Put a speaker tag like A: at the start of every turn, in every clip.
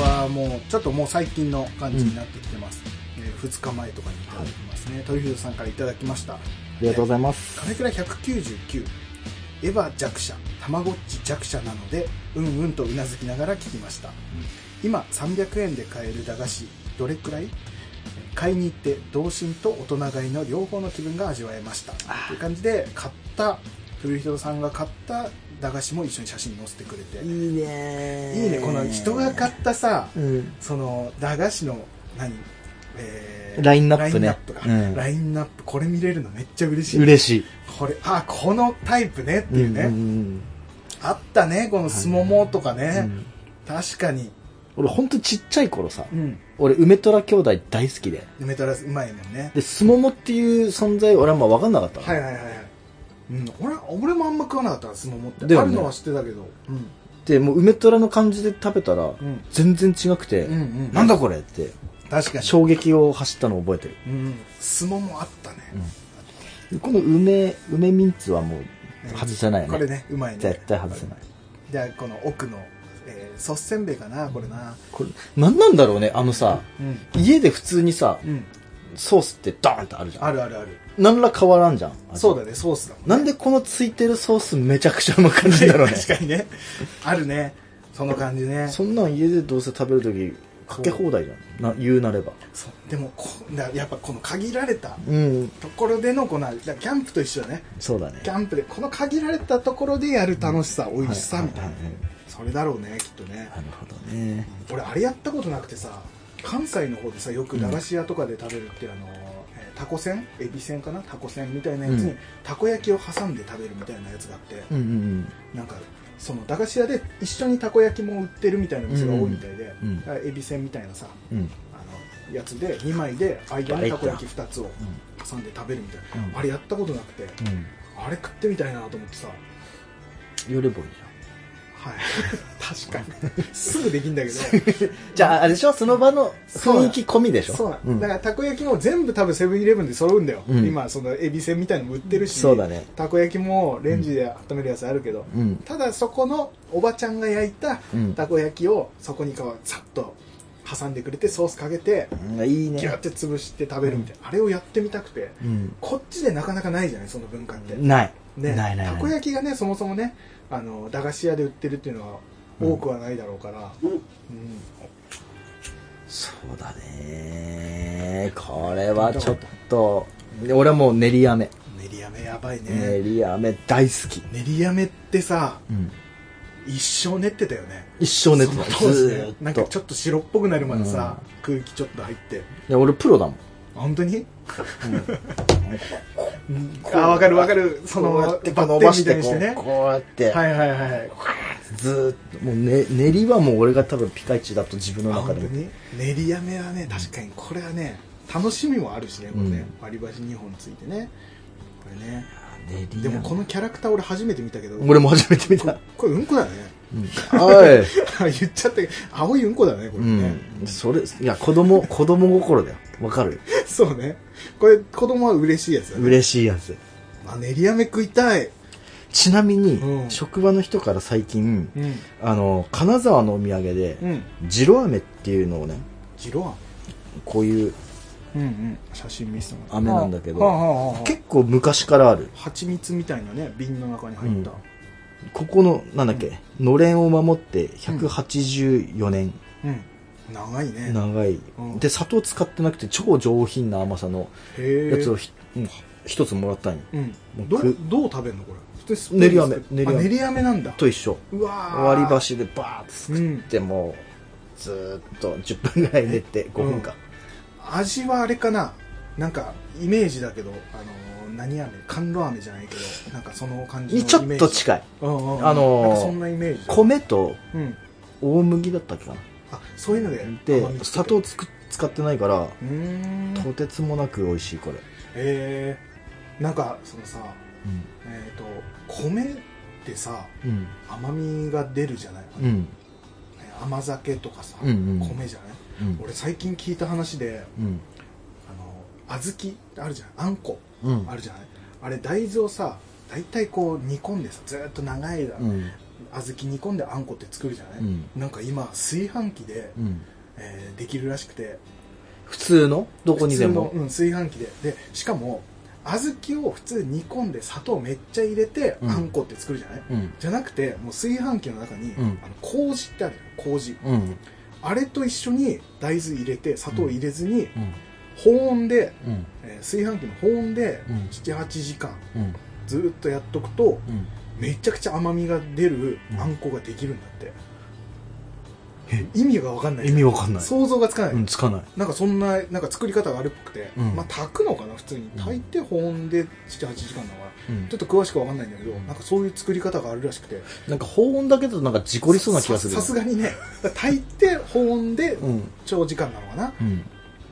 A: はもうちょっともう最近の感じになってきてます、えー2日前とかにいただきますね、トリフィードさんからいただきました
B: りがとうございます。
A: 金倉199エヴァ弱者たまごっち弱者なのでうんうんとうなずきながら聞きました、今300円で買える駄菓子どれくらい買いに行って童心と大人買いの両方の気分が味わえましたという感じで買った古人さんが買った駄菓子も一緒に写真に載せてくれて、
B: いいね
A: いいねこの人が買ったさ、
B: うん。
A: その駄菓子の何え
B: ラインナッ
A: ラ
B: プね
A: インナップが、
B: うん
A: ラインナップこれ見れるのめっちゃ嬉しい
B: 嬉しい。
A: これあこのタイプねっていうね、
B: んんん
A: あったねこのすももとかね、
B: うん
A: 確かに
B: 俺ほんとちっちゃい頃さ、
A: うん
B: 俺梅虎兄弟大好きで。
A: 梅トラスうまいもんね
B: で、スモモっていう存在俺はまあ分かんなかったの
A: はいはいはいはい、うん、俺俺もあんま食わなかったからすももって、
B: だよ
A: あ
B: ね
A: るのは知ってたけど、うん、
B: で、もう梅虎の感じで食べたら
A: ん、
B: 全然違くて、
A: うんうん
B: なんだこれって、
A: 確かに
B: 衝撃を走ったのを覚えてる。
A: うんすももあったね、
B: でこの梅、梅ミンツはもう外せないよね。
A: これねうまいね
B: 絶対外せない。
A: じゃあこの奥のえーソッセンベかなこれな
B: これ、なんなんだろうね、あのさ、
A: うん
B: 家で普通にさ、
A: うん
B: ソースってドーンってあるじゃん。
A: あるあるある
B: 何ら変わらんじゃん。味
A: そうだねソースだもん
B: なんでこのついてるソースめちゃくちゃうまく感じだろう ね。
A: 確かにねあるねその感じね
B: そんなん家でどうせ食べるとき、かけ放題じゃん。な、言うなれば。
A: そうでもこだやっぱこの限られた
B: うん。
A: ところでのこのだからキャンプと一緒だね
B: そうだね。
A: キャンプでこの限られたところでやる楽しさ、美味しさみたいな、
B: はいはいはい
A: それだろうねきっとね
B: なるほどね。
A: 俺あれやったことなくてさ関西の方でさよく駄菓子屋とかで食べるって、あのえータコせんエビせんかなタコせんみたいなやつに、
B: うん
A: たこ焼きを挟んで食べるみたいなやつがあって、
B: うんうん
A: なんかその駄菓子屋で一緒にたこ焼きも売ってるみたいな店が多いみたいで、
B: うんうん
A: だからエビせんみたいなさ
B: うん。うん。
A: あのやつで2枚で間にたこ焼き2つを挟んで食べるみたいな、
B: うん
A: あれやったことなくて、
B: うん。
A: あれ食ってみたいなと思ってさはい
B: 寄ればいい
A: 確かにすぐできんだけど
B: じゃん。じゃあ、あれでしょその場の雰囲気込みでしょ
A: そうな
B: うん
A: だからたこ焼きも全部多分セブンイレブンで揃うんだよ、
B: うん
A: 今そのエビせんみたいのも売ってるし
B: そうだね
A: たこ焼きもレンジで温めるやつあるけど、
B: うん。
A: ただそこのおばちゃんが焼いた
B: うん
A: たこ焼きをそこにこうさっと挟んでくれてソースかけて
B: うん。いい
A: ギュ
B: ね
A: ッ。て潰して食べるみたいな、あれをやってみたくて、
B: うん。
A: こっちでなかなかないじゃないその文化って、
B: ない。
A: ね、
B: ないないない。
A: たこ焼きがねそもそもねあの駄菓子屋で売ってるっていうのは多くはないだろうから、うん
B: そうだね。これはちょっと、で俺はもう練り飴。
A: 練り飴やばいね、
B: 練り飴大好き。
A: 練り飴ってさ
B: うん。
A: 一生練ってたよね
B: 一生寝てた。
A: その当時ね
B: ず
A: なん
B: ー
A: か
B: っ
A: ち
B: と。
A: ょっと白っぽくなるまでさ、空気ちょっと入って
B: いや、俺プロだもん。
A: 本当に、うんあ分かる分かるその
B: こうやってこう
A: バッテ
B: 伸
A: ン
B: ば
A: み
B: した
A: い
B: て
A: に
B: こ
A: してね
B: う、こうやって、
A: はいはいはい
B: ずーっと、もうね、練りはもう俺が多分ピカイチだと自分の
A: あ
B: 中
A: 本当
B: で。
A: に練り飴はね確かにこれはね楽しみもあるしねこれね、割り箸2本ついてねこれね
B: 練り
A: で
B: 飴
A: もこのキャラクター俺初めて見たけど
B: 俺も初めて見た。
A: これうんこだね
B: おい。
A: 言っちゃったけど青いうんこだねこれ
B: う
A: ね、
B: ん。それ、いや、子供、子供心だよ。わかる
A: そうねこれ子供は嬉しいやつだね、
B: 嬉しいやつ。
A: あ、練り飴食いたい、
B: ちなみに、
A: うん
B: 職場の人から最近、
A: うん
B: あの、金沢のお土産で、
A: うん
B: ジロ飴っていうのをね、
A: ジロ
B: こういう
A: 飴うんうん写真見せてもらった
B: 飴なんだけど
A: はあはあはあ
B: 結構昔からある。
A: 蜂蜜みたいなね瓶の中に入った、
B: うんここの、なんだっけ、のれんを守って184年、
A: うん長いね
B: 長い、
A: うん
B: で、砂糖使ってなくて超上品な甘さの
A: へえ
B: やつをひうん一、つもらったんよ。
A: うん、
B: も
A: ど
B: う
A: う
B: く
A: どう食べるのこれ普通にスプーン
B: 練り飴
A: ですけ
B: 練り
A: ど
B: 飴
A: あ練り飴なんだ
B: と一緒。
A: うわー
B: 割り箸でバーッとすくって、もう、ずーっと10分ぐらい寝て5分間。
A: 味はあれかななんかイメージだけどあのー何飴甘露飴じゃないけどなんかその感じのイ
B: に
A: メージ
B: ちょっと近い。
A: うんうんうん
B: あのー
A: なんかそんなイメージ
B: 米と
A: うん
B: 大麦だったっけかな。
A: あそういうので甘みつけ
B: で、
A: て
B: 砂糖つく使ってないから、
A: うーん
B: とてつもなく美味しい、これ。
A: えー、なんかそのさ
B: うん。
A: えっ、と米ってさ
B: うん。
A: 甘みが出るじゃない、
B: うん。
A: 甘酒とかさ、
B: うんうん
A: 米じゃない
B: うん。
A: 俺最近聞いた話で
B: うん。
A: あの小豆あるじゃないあんこ
B: うん。
A: あるじゃないあれ大豆をさ大体こう煮込んでさずーっと長い間、
B: うん。
A: 小豆煮込んであんこって作るじゃない、
B: うん
A: なんか今炊飯器で、
B: うん。
A: えーできるらしくて
B: 普通のどこにで
A: 普
B: も
A: 通。の、うん、炊飯器ででしかも小豆を普通煮込んで砂糖めっちゃ入れて、
B: うん
A: あんこって作るじゃない
B: うん。
A: じゃなくてもう炊飯器の中に、
B: うん
A: あの麹ってあるじゃん麹
B: うん。
A: あれと一緒に大豆入れて砂糖入れずに、
B: うん。
A: 保温で、
B: うん。
A: えー炊飯器の保温で
B: うん
A: 78時間
B: うん。
A: ずーっとやっとくと
B: うん。
A: めちゃくちゃ甘みが出るあんこができるんだって、意味が分かんない
B: 意味わかんない。
A: 想像がつかない、
B: うん、つかない。
A: なんかそんななんか作り方があるっぽくて、
B: うん
A: まあ炊くのかな普通に
B: ん
A: 炊いて保温で78時間だから
B: うん
A: ちょっと詳しくは分かんないんだけど、
B: うん
A: なんかそういう作り方があるらしくて
B: なんか保温だけだとなんか事故りそうな気がする。
A: ささすがに ね炊いて保温で
B: うん。
A: 長時間なのかな、
B: う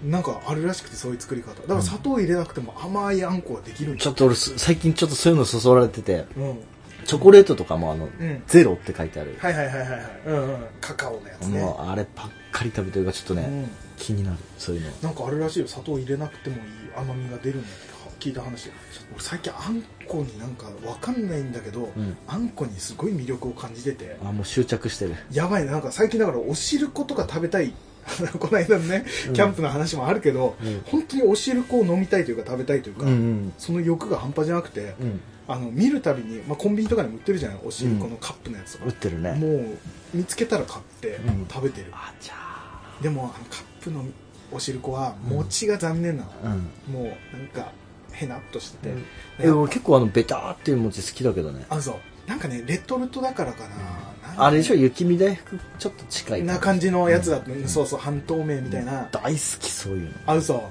B: ん。
A: なんかあるらしくてそういう作り方だから砂糖入れなくても甘いあんこができるんだ
B: ちょっと俺す、最近ちょっとそういうのそそられてて、
A: うん、うん、
B: チョコレートとかもあの、ゼロって書いてある。
A: はいはいはいはいはい、うんうん、カカオのやつね
B: もう、あればっかり食べてるからちょっとね、
A: うん
B: 気になる。そういうの。
A: なんかあるらしいよ砂糖入れなくてもいい甘みが出るんだって聞いた話俺最近あんこになんかわかんないんだけど、
B: うん
A: あんこにすごい魅力を感じてて
B: あ、もう執着してる。
A: やばいねなんか最近だからお汁粉とか食べたい この間のね
B: うん
A: キャンプの話もあるけど、
B: うん
A: 本当にお汁粉を飲みたいというか食べたいというか、
B: うん
A: その欲が半端じゃなくて、
B: うん。うん。
A: あの見るたびに、まあ、コンビニとかにも売ってるじゃないお汁粉のカップのやつと
B: 打っ
A: か、
B: てるね。
A: もう見つけたら買って
B: うん
A: 食べてる、
B: あちゃ
A: でもあのカップのお汁粉は餅が残念なの、
B: ー。うん。
A: もうなんかへなっとしてて、
B: うん
A: で
B: え、俺結構あの、ベターっていう文字好きだけどね。
A: あそうなんかねレトルトだからかな,なんかね、
B: あれでしょ雪見大福ちょっと近い
A: な
B: 感
A: 感じのやつだった、そうそう半透明みたいな、
B: じ大好きそういうの
A: あ嘘
B: 大好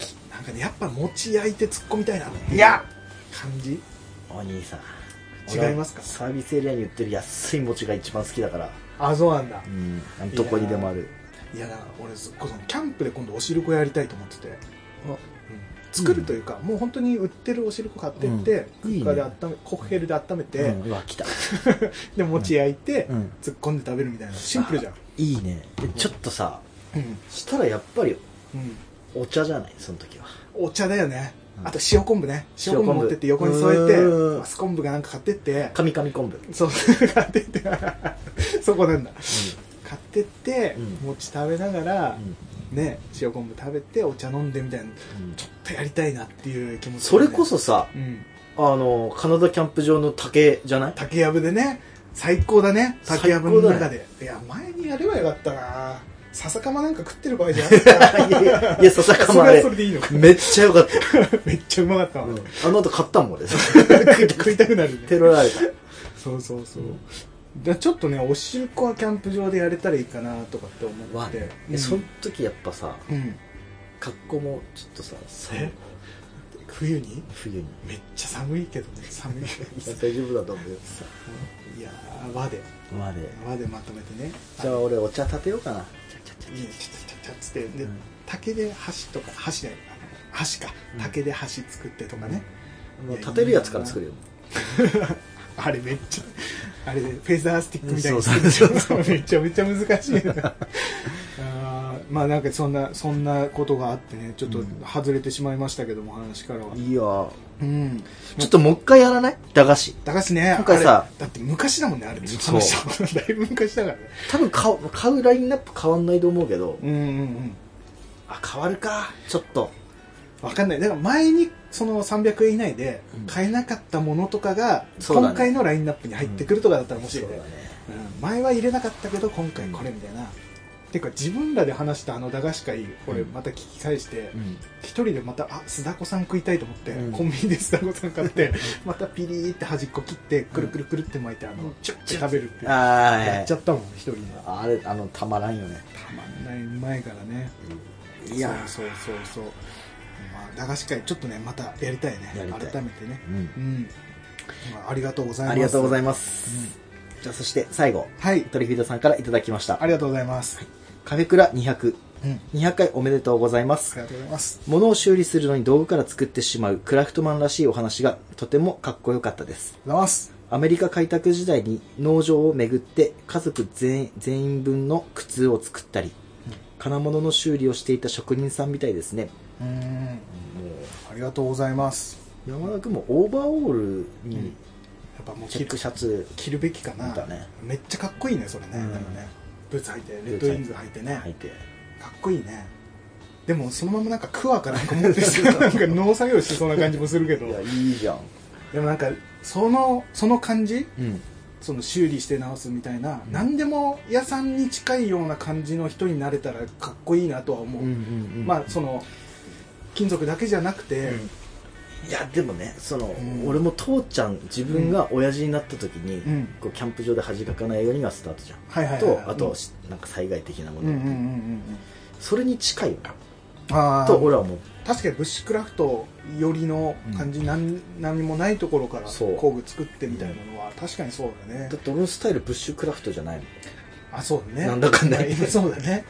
B: き
A: なんかねやっぱ餅焼いて突っ込みたいなっていう
B: いや
A: 感じ
B: お兄さん
A: 違いますか
B: 俺はサービスエリアに売ってる安い餅が一番好きだから
A: あそうなんだ
B: うんどこにでもある
A: いやだから俺そっこそキャンプで今度お汁粉やりたいと思ってて、うん
B: あ
A: 作るというか、もう本当に売ってるお汁粉買ってって、
B: うん
A: クッカーで温めコッヘルで温めて、
B: うんうわ来た
A: で餅焼いて、
B: うん
A: 突っ込んで食べるみたいなシンプルじ ゃん
B: いいねでちょっとさ
A: うん、
B: したらやっぱり
A: うん
B: お茶じゃないその時は
A: お茶だよね、
B: うん
A: あと塩昆布ね塩昆布
B: 塩昆布
A: 持ってって横に添えて
B: うん
A: マス昆布がなんか買ってって
B: 神々昆布
A: そう買ってって そこなんだ買ってって、
B: うん
A: 餅食べながら、
B: うん
A: ね塩昆布食べてお茶飲んでみたいな
B: うん
A: ちょっとやりたいなっていう気持ち、
B: それこ、そさ
A: うん、
B: あのカナダキャンプ場の竹じゃない
A: 竹やぶでね最高だね竹やぶの
B: 最高
A: 中
B: だ
A: で、いや前にやればよかったな笹かまなんか食ってる場合じゃなかっ
B: いやいやいや笹
A: た
B: か
A: そ
B: まあ
A: れは
B: れ
A: それでいいの か
B: めっちゃ良かった
A: めっちゃうまかったわ、
B: あの後買ったも ん俺食いた
A: 食いたくな るね
B: テロられた
A: そうそうそう、だちょっとねおしるこはキャンプ場でやれたらいいかなとかって思
B: わ
A: って、
B: ね
A: うん
B: その時やっぱさ
A: うん
B: 格好もちょっとさ寒い
A: え冬に
B: 冬に
A: めっちゃ寒いけどね寒い
B: 大丈夫だと思うよ
A: いやー和で
B: まで
A: 和でまとめてね
B: じゃあ俺お茶立てようかな
A: い
B: い
A: ねちゃちゃちゃちゃっつってで、
B: うん
A: 竹で箸とか箸で箸か
B: うん
A: 竹で箸作ってとかね、
B: もう立てるやつから作るよ
A: あれめっちゃあれでフェザースティックみたいに
B: そうそうそう
A: 作る めちゃめちゃ難しい なあーまあなんかそんなそんなことがあってねちょっと
B: うん
A: 外れてしまいましたけども話からはい
B: いよ
A: うん
B: ちょっともう一回やらない駄菓子
A: 高橋ね
B: 今回さ
A: あれだって昔だもんねあれ話
B: そう
A: したのだいぶ昔だからね
B: 多分買う買うラインナップ変わんないと思うけど
A: うんうんうん
B: あ変わるかちょっと
A: わかんないだから前にその300円以内で
B: うん
A: 買えなかったものとかが
B: そうだね
A: 今回のラインナップに入ってくるとかだったら面白いね、
B: ね
A: うん前は入れなかったけど今回これみたいな、てか自分らで話したあの駄菓子会俺
B: うん
A: また聞き返して
B: うん
A: 一人でまたあ須田子さん食いたいと思って、
B: うん
A: コンビニで須田子さん買って またピリーって端っこ切ってくるくるくるって巻いてあの、
B: うん
A: チュッて食べるっていう
B: あー
A: やっちゃったもん一人でた
B: あれあのたまらんよね
A: まんないうまいからね
B: いや
A: そうそうそうそう、まあ、駄菓子会ちょっとねまたやりたいね
B: やりたい
A: 改めてね
B: うん
A: うん、まあ、ありがとうございます
B: ありがとうござい
A: ま
B: ます。じゃあ、そして最後、
A: すはい
B: トリフィードさんからいただきました
A: あ。りがとうございます、
B: カフェクラ200。
A: うんあ
B: 200回おめでとうございま
A: り
B: す。
A: がとうございます
B: 物を修理するのに道具から作ってしまうクラフトマンらしいお話がとてもかっこよかったで
A: あ
B: す。
A: りがとうございます
B: アメリカ開拓時代に農場を巡って家族全全員分の靴を作ったり、金物の修理をしていた職人さんみたいですね。
A: うーんありがとうございます
B: 山田君もオーバーオールに
A: っぱもう
B: チ
A: 着
B: ェック
A: る
B: シャツ
A: 着るべきかな、
B: だね
A: めっちゃかっこいいねそれね、
B: うん
A: でもねブーツ履いてレッドウィンズ履いてね、
B: 履いて
A: かっこいいねでもそのままなんかクワかなんか持ってきた らなんか農作業してそうな感じもするけど
B: いやいいじゃん
A: でもなんかそのその感じ
B: うん
A: その修理して直すみたいな、
B: うん
A: 何でも屋さんに近いような感じの人になれたらかっこいいなとは思う、
B: ん
A: まあその金属だけじゃなくて、
B: いやでもねその、
A: うん
B: 俺も父ちゃん自分が親父になった時に、
A: うん
B: こうキャンプ場で恥かかないようにがスタートじゃん、
A: はいはいはい
B: とあと、
A: うん
B: しなんか災害的なも
A: うん
B: の、
A: うんうんうん
B: それに近いよね
A: うんあ
B: と
A: あ
B: 俺はもう
A: 確かにブッシュクラフトよりの感じ、なん、何もないところから
B: そう
A: 工具作ってみたいなのは確かにそうだね
B: だって俺のスタイルブッシュクラフトじゃないもん
A: あそうだね
B: なんだかんだ言って
A: まあ そうだね確かにな、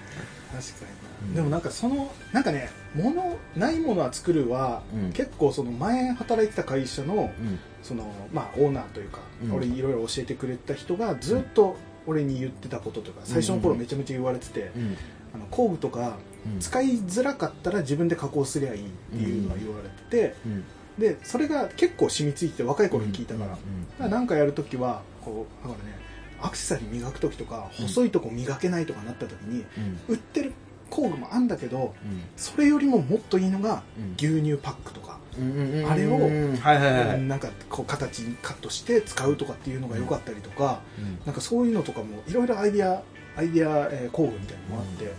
B: うん
A: でもなんかそのなんかね物ないものは作るは、
B: うん
A: 結構その前働いてた会社のそのまあオーナーというか、
B: うん
A: 俺いろいろ教えてくれた人がずっと俺に言ってたこととか最初の頃めちゃめちゃ言われてて、
B: うんうん
A: あの工具とか使いづらかったら自分で加工すりゃいいっていうのは言われてて、
B: うん
A: でそれが結構染みついて若い頃に聞いたから、だからなんかやるときはこうだからねアクセサリー磨くときとか
B: うん
A: 細いとこ磨けないとかなったときに
B: う
A: 売
B: ん
A: ってる工具もあんだけど
B: うん
A: それよりももっといいのが
B: うん
A: 牛乳パックとか、
B: うんうん
A: あれを
B: うんはいはいはい、
A: なんかこう形にカットして使うとかっていうのが良かったりとか、
B: うん
A: なんかそういうのとかもいろいろアイディアアイディア、えー工具みたいなのもあって、
B: うん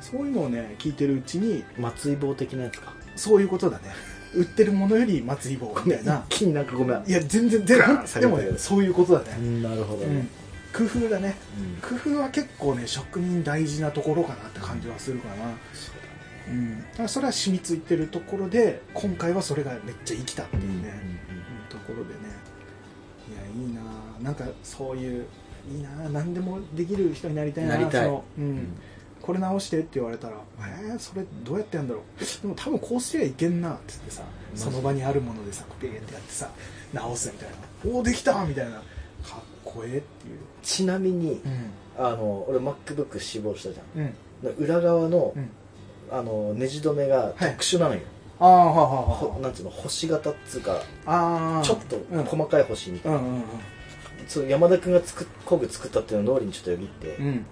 A: そういうのをね聞いてるうちに
B: 松井棒的なやつか
A: そういうことだね売ってるものより松井棒みたいな
B: 一気になんかごめん
A: いや全然全
B: ガー
A: 然
B: ン下げ
A: で
B: た
A: も
B: けど
A: ねそういうことだね、
B: なるほど
A: うん
B: ね、
A: 工夫だね
B: うん
A: 工夫は結構ね職人大事なところかなって感じはするかな、
B: そうだね
A: うん、だからそれは染みついてるところで今回はそれがめっちゃ生きたって
B: うん
A: いうね、うんところでねいやいいなあなんかそういういいなあ何でもできる人になりたいな
B: なりたい
A: そのうん
B: うんうん
A: これ直してって言われたら「えー、それどうやってやるんだろうでも多分こうすりゃいけんな」っつってさ
B: マジ
A: その場にあるものでさビーってやってさ直すみたいな「おおできた!」みたいなかっこええっていう
B: ちなみに
A: う
B: あの俺 MacBook 死亡したじゃん
A: んうん
B: だから裏側の,、
A: うん
B: あのネジ止めが特殊なのよ、
A: ああはあはあ
B: ほ
A: は
B: なんていうの星型っつうか、
A: ああー
B: ちょっと
A: うん
B: 細かい星に、
A: うんうんうん
B: そう山田君が作っ工具作ったっていうのを脳裏にちょっとよぎって、
A: うん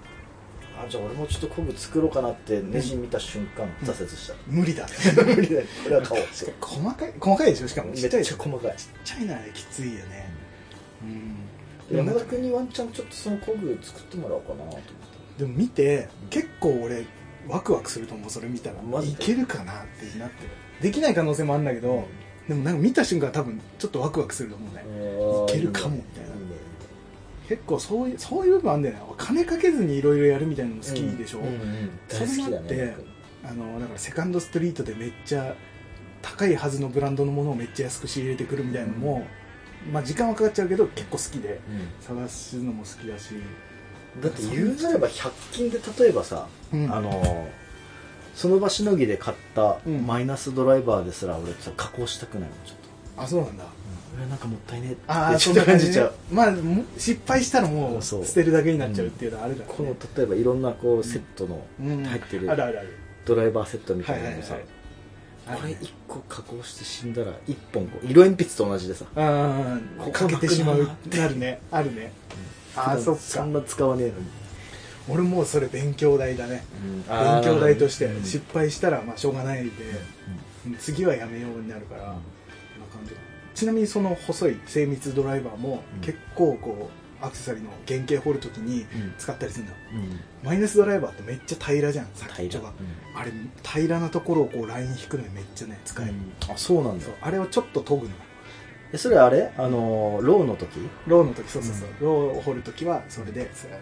B: あじゃあ俺もちょっと工具作ろうかなってネジ見た瞬間、
A: ん
B: 挫折した、
A: 無理だ
B: 無理だよこれは買おうって
A: 細かい細かいでしょしかも
B: め
A: ちっ
B: っ
A: ちゃいで
B: ち
A: し
B: ゃ
A: ょ
B: 細かい
A: ちっちゃいなきついよねうんでも
B: 山田君にワンチャンちょっとその工具作ってもらおうかなと思って
A: でも見て結構俺ワクワクすると思うそれ見たら
B: マジ
A: い
B: で
A: けるかなってなってるできない可能性もあるんだけど、でもなんか見た瞬間多分ちょっとワクワクすると思うね、いけるかもみたいな結構そういうそういう部分あんだよね金かけずにいろいろやるみたいなのも好きでしょ、
B: うんうん
A: そ
B: 大
A: れ
B: 好き
A: もあ
B: だ
A: っ
B: ね
A: てあのだからセカンドストリートでめっちゃ高いはずのブランドのものをめっちゃ安く仕入れてくるみたいなのも、まあ時間はかかっちゃうけど結構好きで探すのも好きだし
B: だって言うなれば100均で例えばさ、
A: うん
B: あのその場しのぎで買った
A: うん
B: マイナスドライバーですら俺ちょっと加工したくないもんちょっと、
A: あそうなんだ
B: うわなんかもったいねえって
A: ああ
B: ち
A: そ
B: ょ
A: ん
B: っと
A: な感
B: 感
A: じ
B: じち
A: ち
B: ゃ
A: ゃ
B: う
A: うまあも失敗したらもう
B: そ
A: 捨
B: う
A: てるだけになっちゃうっていうのはあるから、ね
B: この例えばいろんなこうセットの
A: うん
B: 入って
A: あるあ
B: る
A: るある
B: ドライバーセットみたいなのもさ、
A: はいはいはい
B: これ1個加工して死んだら1本こう色鉛筆と同じでさ
A: うん
B: ここ
A: かけてしまう
B: なくなる
A: なるねあるねああ
B: 普
A: そ
B: 段
A: っ
B: そ
A: か
B: んな使わねえのに、
A: 俺もうそれ勉強代だね勉
B: あー
A: 強代として
B: うん
A: 失敗したらまあしょうがないで、次はやめようになるから、こん
B: うん
A: な感じちなみにその細い精密ドライバーも
B: うん
A: 結構こうアクセサリーの原型掘るときに
B: うん
A: 使ったりするんだ、
B: うんうん
A: マイナスドライバーってめっちゃ平らじゃん先っち
B: 平
A: ょ
B: ら
A: が、あれ平らなところをこうライン引くのにめっちゃね使える、
B: うんあそうなんだ
A: そうあれをちょっと研ぐの
B: えそれあれあのローの時
A: ローの時そうそうそう、ローを掘る時はそれでスーッと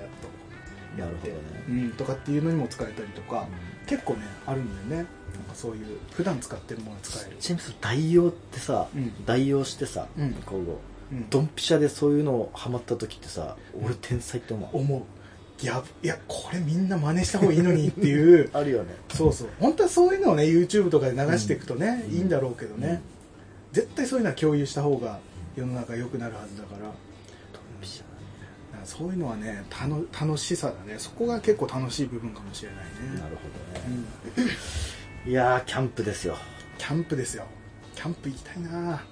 A: やっ
B: なるほ
A: て、
B: どね
A: うん、とかっていうのにも使えたりとか、結構ねあるんだよねなんかそういう普段使ってるものが使える
B: ちなみにその代用ってさ、
A: うん
B: 代用してさ、
A: うん
B: こう
A: うん
B: ドンピシャでそういうのハマった時ってさ俺天才って思う、
A: 思うやいやこれみんな真似した方がいいのにっていう
B: あるよね
A: そうそう本当はそういうのをね YouTube とかで流していくとね、
B: うん
A: いいんだろうけどね、
B: うん
A: 絶対そういうのは共有した方が世の中良くなるはずだから
B: ドンピシャ
A: なんかそういうのはねたの楽しさだねそこが結構楽しい部分かもしれない
B: だねな
A: ね、
B: る
A: う
B: ほどね、
A: ん、
B: いやーキャンプですよ
A: キャンプですよキャンプ行きたいな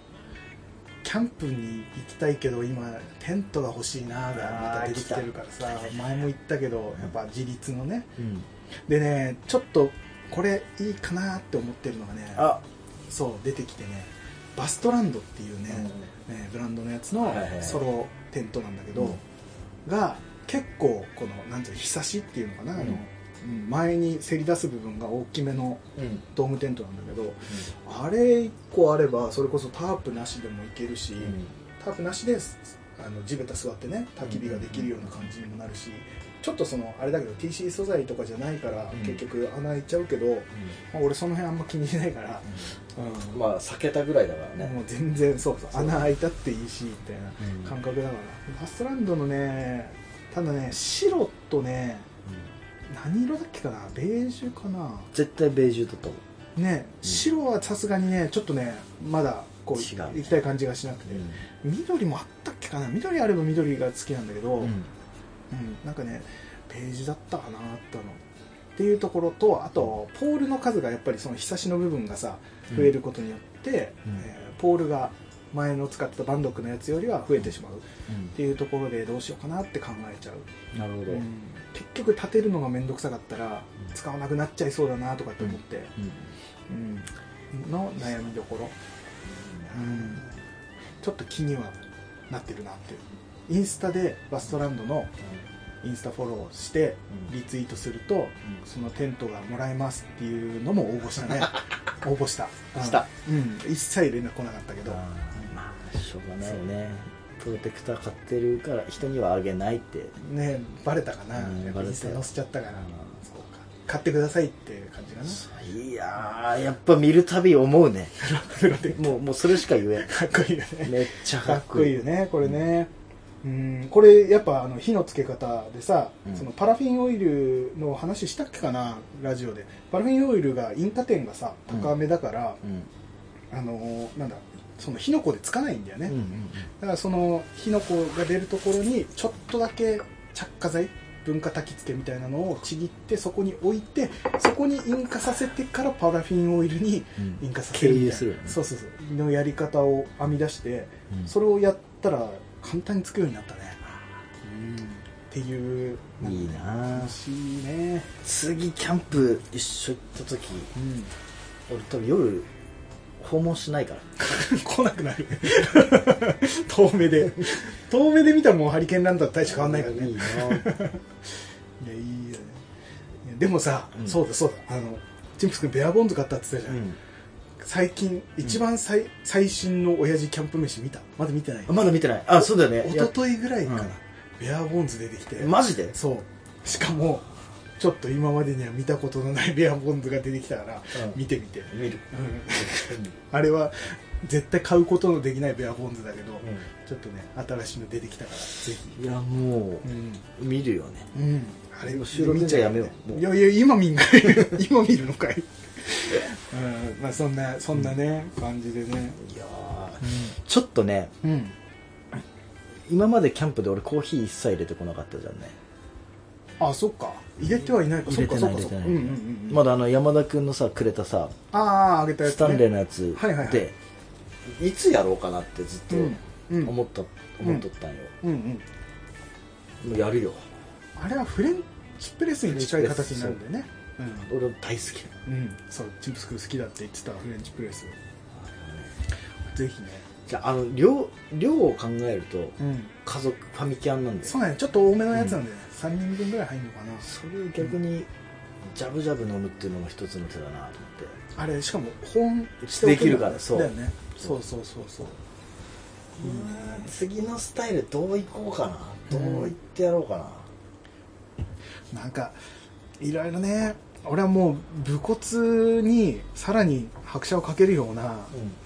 A: キャンプに行きたいけど今テントが欲しいなーがま
B: あ
A: た
B: ー
A: 出てきてるからさ前も言ったけどやっぱ自立のね
B: うん、
A: でねちょっとこれいいかなーって思ってるのがね
B: あ、
A: そう出てきてねバストランドっていうね、えーブランドのやつの
B: はいはいはい
A: ソロテントなんだけど、
B: うん
A: が結構このなんていうのひさしっていうのかな、あ
B: うん
A: のうん前にせり出す部分が大きめの
B: うん
A: ドームテントなんだけどあれ1個あればそれこそタープなしでもいけるし、タープなしですあの地べた座ってね焚き火ができるような感じにもなるし、ちょっとそのあれだけど TC 素材とかじゃないから、
B: うん
A: 結局穴開いちゃうけど、まあ俺その辺あんま気にしないから、うん
B: まあ避けたぐらいだからね、
A: もう全然そうそう
B: そう
A: 穴開いたっていいしみたいな
B: うん
A: 感覚だから、ファストランドのねただね白とね何色だっけかなベージュかな
B: 絶対ベージュだと思
A: ね、
B: うん
A: 白はさすがにねちょっとねまだこう
B: 違うね
A: 行きたい感じがしなくて、緑もあったっけかな緑あれば緑が好きなんだけど、
B: う
A: うん
B: ん
A: なんかねベージュだったかなあったのっていうところとあとポールの数がやっぱりそのひさしの部分がさ増えることによって、
B: うん
A: えーポールが前の使ってたバンドックのやつよりは増えてしまうっていうところでどうしようかなって考えちゃう、
B: なるほど、
A: うん結局立てるのが面倒くさかったら
B: うん
A: 使わなくなっちゃいそうだなとかって思って、うんの悩みどころ、うんちょっと気にはなってるなっていうインスタでバストランドのインスタフォローして
B: うん
A: リツイートするとそのテントがもらえますっていうのも応募した ね応募した、うん
B: した
A: うん、一切連絡来なかったけど
B: まあしょうがないよねプロテクター買ってるから人にはあげないって
A: ねバレたかな、
B: うん
A: やっぱ
B: バレたよ
A: インスタ載せちゃったから、
B: うん
A: そうか買ってくださいっていう感じかな
B: いやーやっぱ見るたび思うね
A: プロテク
B: もうもうそれしか言え
A: ターかっこいいよね
B: んめっちゃ
A: か
B: か
A: っ
B: っ
A: こ
B: こ
A: い
B: い
A: い
B: い
A: よねこれねうんこれやっぱあの火のつけ方でさ、
B: うん
A: そのパラフィンオイルの話したっけかなラジオでパラフィンオイルが引火点がさ
B: うん
A: 高めだから、
B: うん
A: あのーなんだその火の粉でつかないんだよね、
B: うんう
A: だか
B: ん
A: らその火の粉が出るところにちょっとだけ着火剤文化焚き付けみたいなのをちぎってそこに置いてそこに引火させてからパラフィンオイルに
B: うん
A: 引火させるみたいな
B: 経由するよね
A: そうそうそうのやり方を編み出して
B: うん
A: それをやったら簡単につくようになったね、っていうなんか
B: いいなあ
A: 楽しいね、
B: 次キャンプ一緒行った時
A: うん、
B: 俺多分夜訪問しないから
A: 来なくなる 遠目で遠目で見たらもうハリケーンランタンと大して変わんないからね
B: い
A: い
B: い
A: や
B: ない
A: いよねいやでもさ、
B: うん
A: そうだそうだあのチンプス君ベアボンズ買ったって言ってたじゃん、最近一番最,、最新の親父キャンプ飯見たまだ見てない
B: うんまだ見てないあそうだよねい
A: 一
B: や
A: 昨日ぐらいかな、
B: うん
A: ベアボンズ出てきて
B: マジで
A: そうしかもちょっと今までには見たことのないベアボンズが出てきたから、
B: うん
A: 見てみて、うん
B: 見る
A: あれは絶対買うことのできないベアボンズだけど、
B: うん
A: ちょっとね新しいの出てきたからぜひ
B: いやも
A: うん、
B: う見るよね
A: うん、あれ
B: 収録じゃやめようもう
A: いやいや今見んかい 今見るのかいうんまあそんなそんなね、感じでね
B: いやーちょっとね
A: うん、
B: 今までキャンプで俺コーヒー一切入れてこなかったじゃんね
A: あそっか入れてはいないか
B: 入れてない
A: そっか
B: 入
A: そ
B: れ
A: ってかそっ
B: な
A: かう
B: い
A: んうんうん
B: まだあの山田君のさくれたさ
A: あああげたやつ、
B: ス
A: ね、
B: タンレーのやつ
A: はいはいはい
B: でいつやろうかなってずっと
A: うんうん
B: 思った思っとったんよ
A: うんうん
B: もうやるよ
A: あれはフレンチプレスに近い形になるんだよね
B: 俺大好き
A: うん、うん、そうチンプスク好きだって言ってたフレンチプレスぜひね
B: じゃああの量量を考えると
A: うん
B: 家族ファミキャンなんだよ
A: そうなんやちょっと多めのやつなんだよね、3人分ぐらい入るのかな
B: それを逆にジャブジャブ飲むっていうのも一つの手だなと思って
A: あれしかも保温して
B: できるからそう
A: だよねそうそうそうそう
B: 次のスタイルどういこうかなどういってやろうかな
A: なんかいろいろね俺はもう武骨にさらに拍車をかけるような、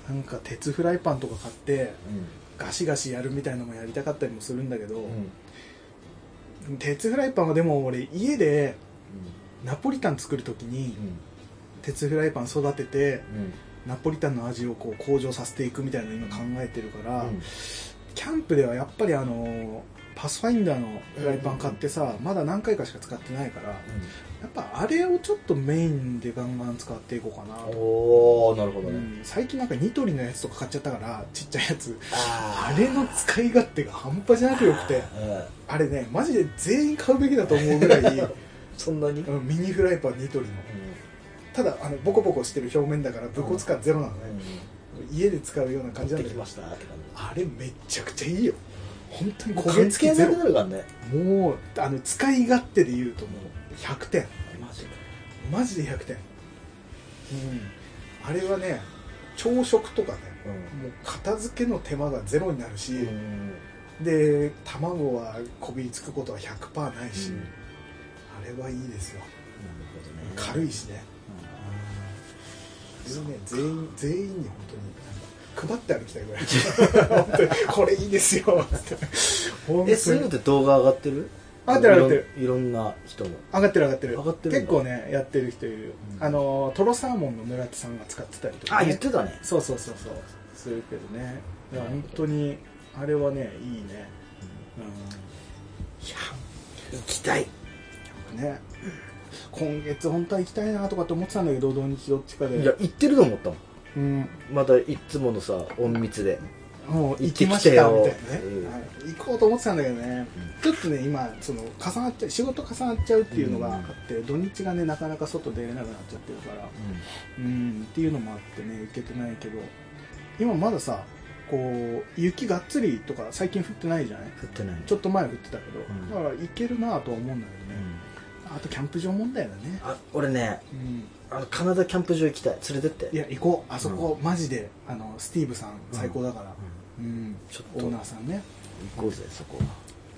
A: なんか鉄フライパンとか買ってガシガシやるみたいのもやりたかったりもするんだけど、
B: うんうん
A: 鉄フライパンはでも俺家で
B: う
A: ナポリタン作る時に
B: ん
A: 鉄フライパン育てて
B: うん
A: ナポリタンの味をこう向上させていくみたいなの今考えてるから、
B: うん
A: キャンプではやっぱりあのパスファインダーのフライパン買ってさまだ何回かしか使ってないからやっぱあれをちょっとメインでガンガン使っていこうかなと、
B: おおなるほど
A: う
B: ね、
A: ん、最近なんかニトリのやつとか買っちゃったからちっちゃいやつ
B: あ
A: あれの使い勝手が半端じゃなくよくて
B: あ、うん、
A: あれねマジで全員買うべきだと思うぐらい
B: そんなに、う
A: う
B: ん
A: んミニフライパンニトリのただあのボコボコしてる表面だから武骨感ゼロなのね、家で使うような感
B: 感
A: じ
B: じ
A: なん
B: て
A: だ
B: き
A: けど
B: ましたって感
A: あれめちゃくちゃいいよ本当に
B: じ
A: 焦
B: 関
A: げ付
B: 係
A: きゼ
B: なく
A: ロ
B: なるからね
A: もうあの使い勝手で言うともう100点
B: マジで
A: マジで100点うんあれはね朝食とかね
B: うん
A: もう片付けの手間がゼロになるし、
B: うん
A: で卵はこびりつくことは100%ないし、あれはいいですよ軽いしね、うんね全員全員に本当になんか配って歩きたいぐらい 本当にこれいいですよつって本
B: えそういうのって動画上がってる
A: 上がってる上がってる
B: いろんいろんな人も
A: 上がってる上がってる
B: 上がってるんだ
A: 結構ねやってる人いる、
B: うん
A: あのトロサーモンの村木さんが使ってたりとか、ね、
B: あ言ってたね
A: そうそうそうそうするけどねだから本当にあれはねいいねう
B: いや行きたい
A: んなんかね今月本当は行きたいなとかって思ってたんだけど土日どっちかで
B: いや行ってると思ったもん
A: うん
B: またいつものさ隠密で
A: もう
B: 行
A: 行
B: って
A: きま
B: きた
A: した
B: よ
A: みたいなね、
B: うん
A: はい行こうと思ってたんだけどね、ちょっとね今その重なっちゃう仕事重なっちゃうっていうのがあって、土日がねなかなか外出れなくなっちゃってるからうんっていうのもあってね行けてないけど今まださこう雪がっつりとか最近降ってないじゃない
B: 降ってない
A: ちょっと前降ってたけど、
B: ん
A: だから行けるなとは思うんだけどね、あとキャンプ場問題だね
B: あ俺ね
A: うん
B: あのカナダキャンプ場行きたい連れてって
A: いや行こうあそこ、マジであのスティーブさん最高だから、うん
B: ちょっ
A: オ
B: と
A: ーナーさんね
B: 行こうぜそこは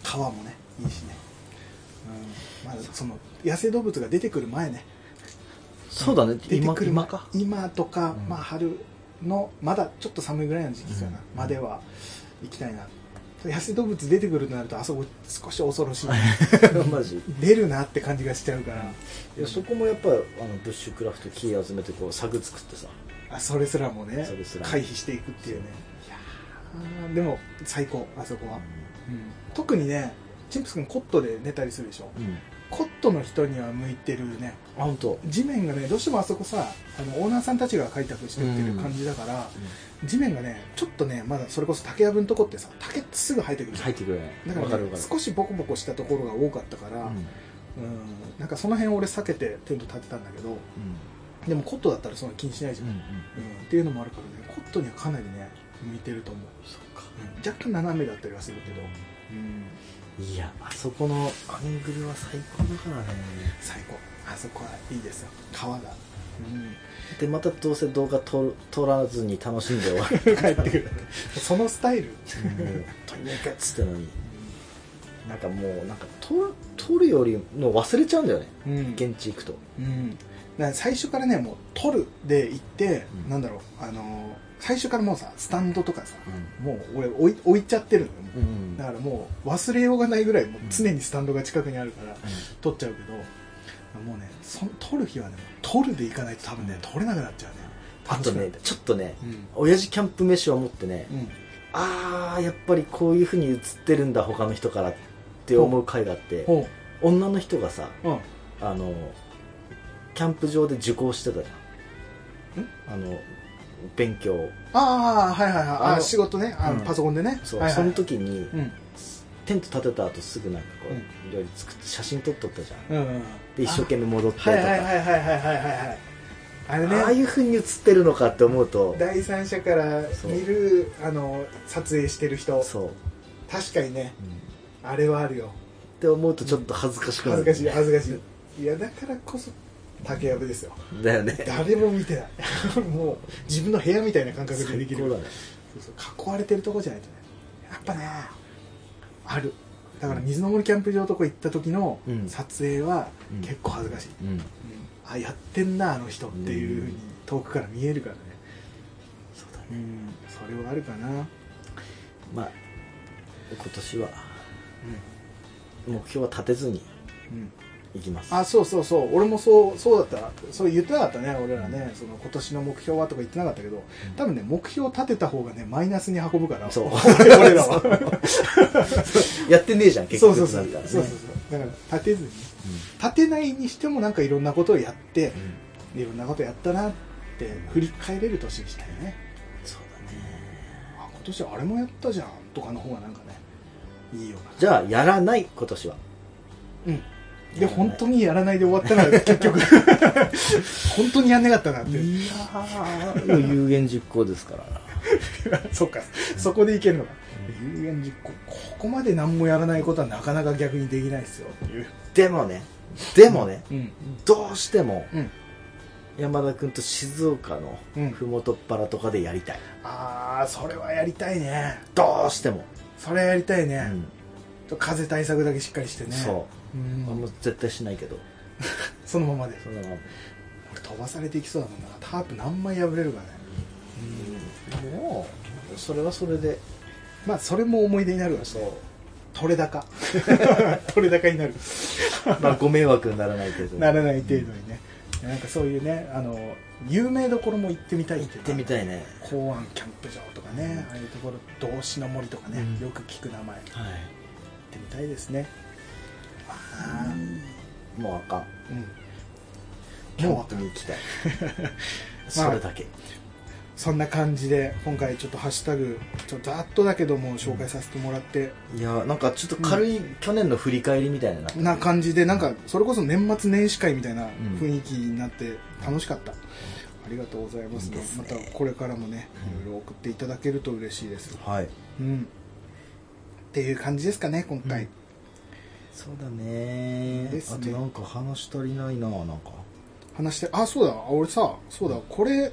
A: 川もねいいしね、うんまだその野生動物が出てくる前ね
B: そうだね
A: 出て
B: 今
A: くる
B: 今か
A: 今とか、
B: うん
A: まあ、春のまだちょっと寒いぐらいの時期かな、
B: うん
A: までは行きたいな野生動物出てくるとなるとあそこ少し恐ろしい
B: マジ
A: 出るなって感じがしちゃうから、
B: いやそこもやっぱあのブッシュクラフト木集めてこうサグ作ってさ
A: あそれすらもね
B: それすらも
A: 回避していくっていうねいやーでも最高あそこは、うん特にねチンプス君コットで寝たりするでしょ
B: うん
A: コットの人には向いてるね
B: あ本当
A: 地面がねどうしてもあそこさあのオーナーさんたちが開拓してってる感じだから、地面がねちょっとねまだそれこそ竹やぶのとこってさ竹ってすぐ生えてくるじゃん
B: 入ってくれない
A: だか、
B: わからる
A: ね
B: わ、かる
A: 少しボコボコしたところが多かったから、
B: う
A: うんん、なんかその辺俺避けてテント立てたんだけどでもコットだったらそんな気にしないじゃん、
B: う
A: うん
B: うん
A: っ
B: ん
A: ていうのもあるからねコットにはかなりね向いてると思う、
B: そっか
A: うん若干斜めだったりはするけど、うん、
B: いやあそこのアングルは最高だからね
A: 最高あそこはいいですよ川が、うん
B: でまたどうせ動画撮る撮らずに楽しんで終わ る
A: 帰ってくる そのスタイル
B: もうとにかくっつってのになんかもうなんか撮る撮るよりの忘れちゃうんだよね
A: うん
B: 現地行くと
A: うん、だから最初からねもう取るで行って、
B: うん
A: なんだろうあのー最初からもうさスタンドとかさ、
B: う
A: もう俺置い置いちゃってるのよ、もうだ
B: ん
A: からもう忘れようがないぐらいもう
B: うん
A: 常にスタンドが近くにあるから取っちゃうけど、もうねそ取る日はね取るで行かないと多分ね取れなくなっちゃうね
B: あとねちょっとね
A: うん
B: 親父キャンプ飯を持ってね
A: うん
B: あーやっぱりこういうふうに映ってるんだ他の人からって思う回があって
A: ほ
B: 女の人がさ
A: ううん
B: あのキャンプ場で受講してたじゃんあの勉強を
A: ああはいはいはいあ
B: あの
A: ー仕事ねあの
B: うん
A: パソコンでね
B: そう、
A: はいはい
B: その時に、
A: うん
B: テント立てた後すぐなんかこ
A: う
B: う料理作って写真撮っとったじゃん、
A: うんうん
B: で一生懸命戻ってとか、
A: はいはいはいはいはいはいはいはいあれね
B: ああいうふうに映ってるのかって思うと
A: 第三者から見るあの撮影してる人
B: そう、
A: 確かにね
B: うんっ
A: あれはあるよ
B: て思うとちょっと恥ずかしくな
A: 恥ず
B: る、
A: かしい恥ずかしいいやだからこそ竹やぶですよ
B: だよね
A: 誰も見てない もう自分の部屋みたいな感覚でで
B: 最
A: き
B: 高
A: る
B: だね
A: そうそう囲われてるとこじゃないとねやっぱねあるだから水の森キャンプ場とか行った時の
B: うん
A: 撮影は
B: うん
A: 結構恥ずかしい、
B: うん
A: うんあやってんなあの人っていうふうに遠くから見えるからね
B: そうだ
A: う
B: ね
A: んそれはあるかな
B: まあ今年は目標は立てずに
A: うん
B: 行いきます
A: あそうそうそう俺もそうそうだったそう言ってなかったね俺らねその今年の目標はとか言ってなかったけど多分ね目標立てた方がねマイナスに運ぶから
B: そう
A: 俺らは
B: やってねえじゃん結
A: そう
B: 局
A: そうそう
B: ってなるからね
A: そうそうそうだから立てずに立てないにしてもなんかいろんなことをやって
B: うんうん
A: いろんなことやったなって振り返れる年にしたいね
B: そうだね
A: あ今年あれもやったじゃんとかの方がなんかねいいよ
B: じゃあやらない今年は
A: なうんで
B: やらない
A: 本当にやらないで終わったな結 局本当にやんなかったなって
B: いやー有言実行ですから
A: そっか、そこでいけるのか。有言実行、ここまで何もやらないことはなかなか逆にできないですよ。
B: でもねでもね
A: うん。
B: どうしても
A: うん。
B: 山田君と静岡の
A: うん
B: ふもとっぱらとかでやりたい
A: あー、それはやりたいね。
B: どうしても、
A: それやりたいうね。
B: ん
A: ちょ風対策だけしっかりしてね。
B: そうう、あん
A: ん。
B: ま絶対しないけど
A: そのままで。
B: そのまま
A: 俺飛ばされていきそうだもんな。タープ何枚破れるかね。
B: でもそれはそれで
A: まあ、それも思い出になるわ、ね。
B: そう。
A: 取れ 高。取れ高になる。
B: まあご迷惑にならないけど
A: ならない程度にね。なんかそういうね、あの、有名どころも行ってみたい
B: 行
A: っ
B: って
A: いうか
B: てみたいね
A: 港湾キャンプ場とかね、ああいうところ道志の森とかね、
B: うん
A: よく聞く名前行っ
B: は
A: てみたいですねああ
B: いもうあかん
A: うん
B: キ
A: も
B: ャ
A: う
B: ンプに行きたいそれだけ、
A: そんな感じで今回ちょっとハッシュタグちょっとざっとだけども紹介させてもらって、
B: いやなんかちょっと軽い去年の振り返りみたいなな
A: な感じでなんかそれこそ年末年始会みたいな雰囲気になって楽しかった、ありがとうございます,、
B: いいです
A: ま
B: ね
A: たこれからもね
B: うん
A: いろいろ送っていただけると嬉しいです
B: はい
A: うんっていう感じですかね今回、
B: うんそうだね
A: ですね
B: あとなんか話足りないななんか
A: 話してあそうだ俺さそうだこれ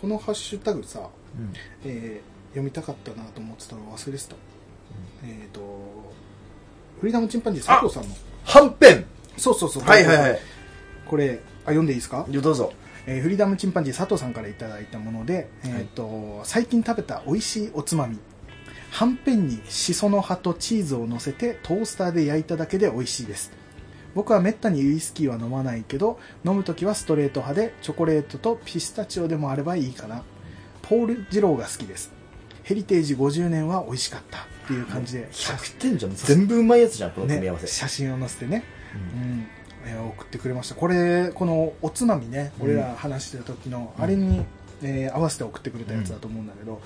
A: このハッシュタグさ、
B: うん
A: えー読みたかったなと思ってたの忘れてた、えっ、とフリーダムチンパンジー佐藤さんの
B: はんぺん
A: そうそうそう
B: はいはいはい
A: これあ読んでいいですか、
B: いやどうぞ
A: えーフリーダムチンパンジー佐藤さんからいただいたもので、えーと最近食べた美味しいおつまみはんぺんにしその葉とチーズを乗せてトースターで焼いただけで美味しいです僕はめったにウイスキーは飲まないけど飲む時はストレート派でチョコレートとピスタチオでもあればいいかなポール・ジローが好きですヘリテージ50年は美味しかったっていう感じで、
B: 100点じゃん全部うまいやつじゃんこの組み合わ
A: ね、
B: せ、
A: 写真を載せてね
B: うん
A: うん、えー送ってくれましたこれこのおつまみね、
B: うん
A: 俺ら話してた時の
B: うん
A: あれに、えー合わせて送ってくれたやつだと思うんだけど、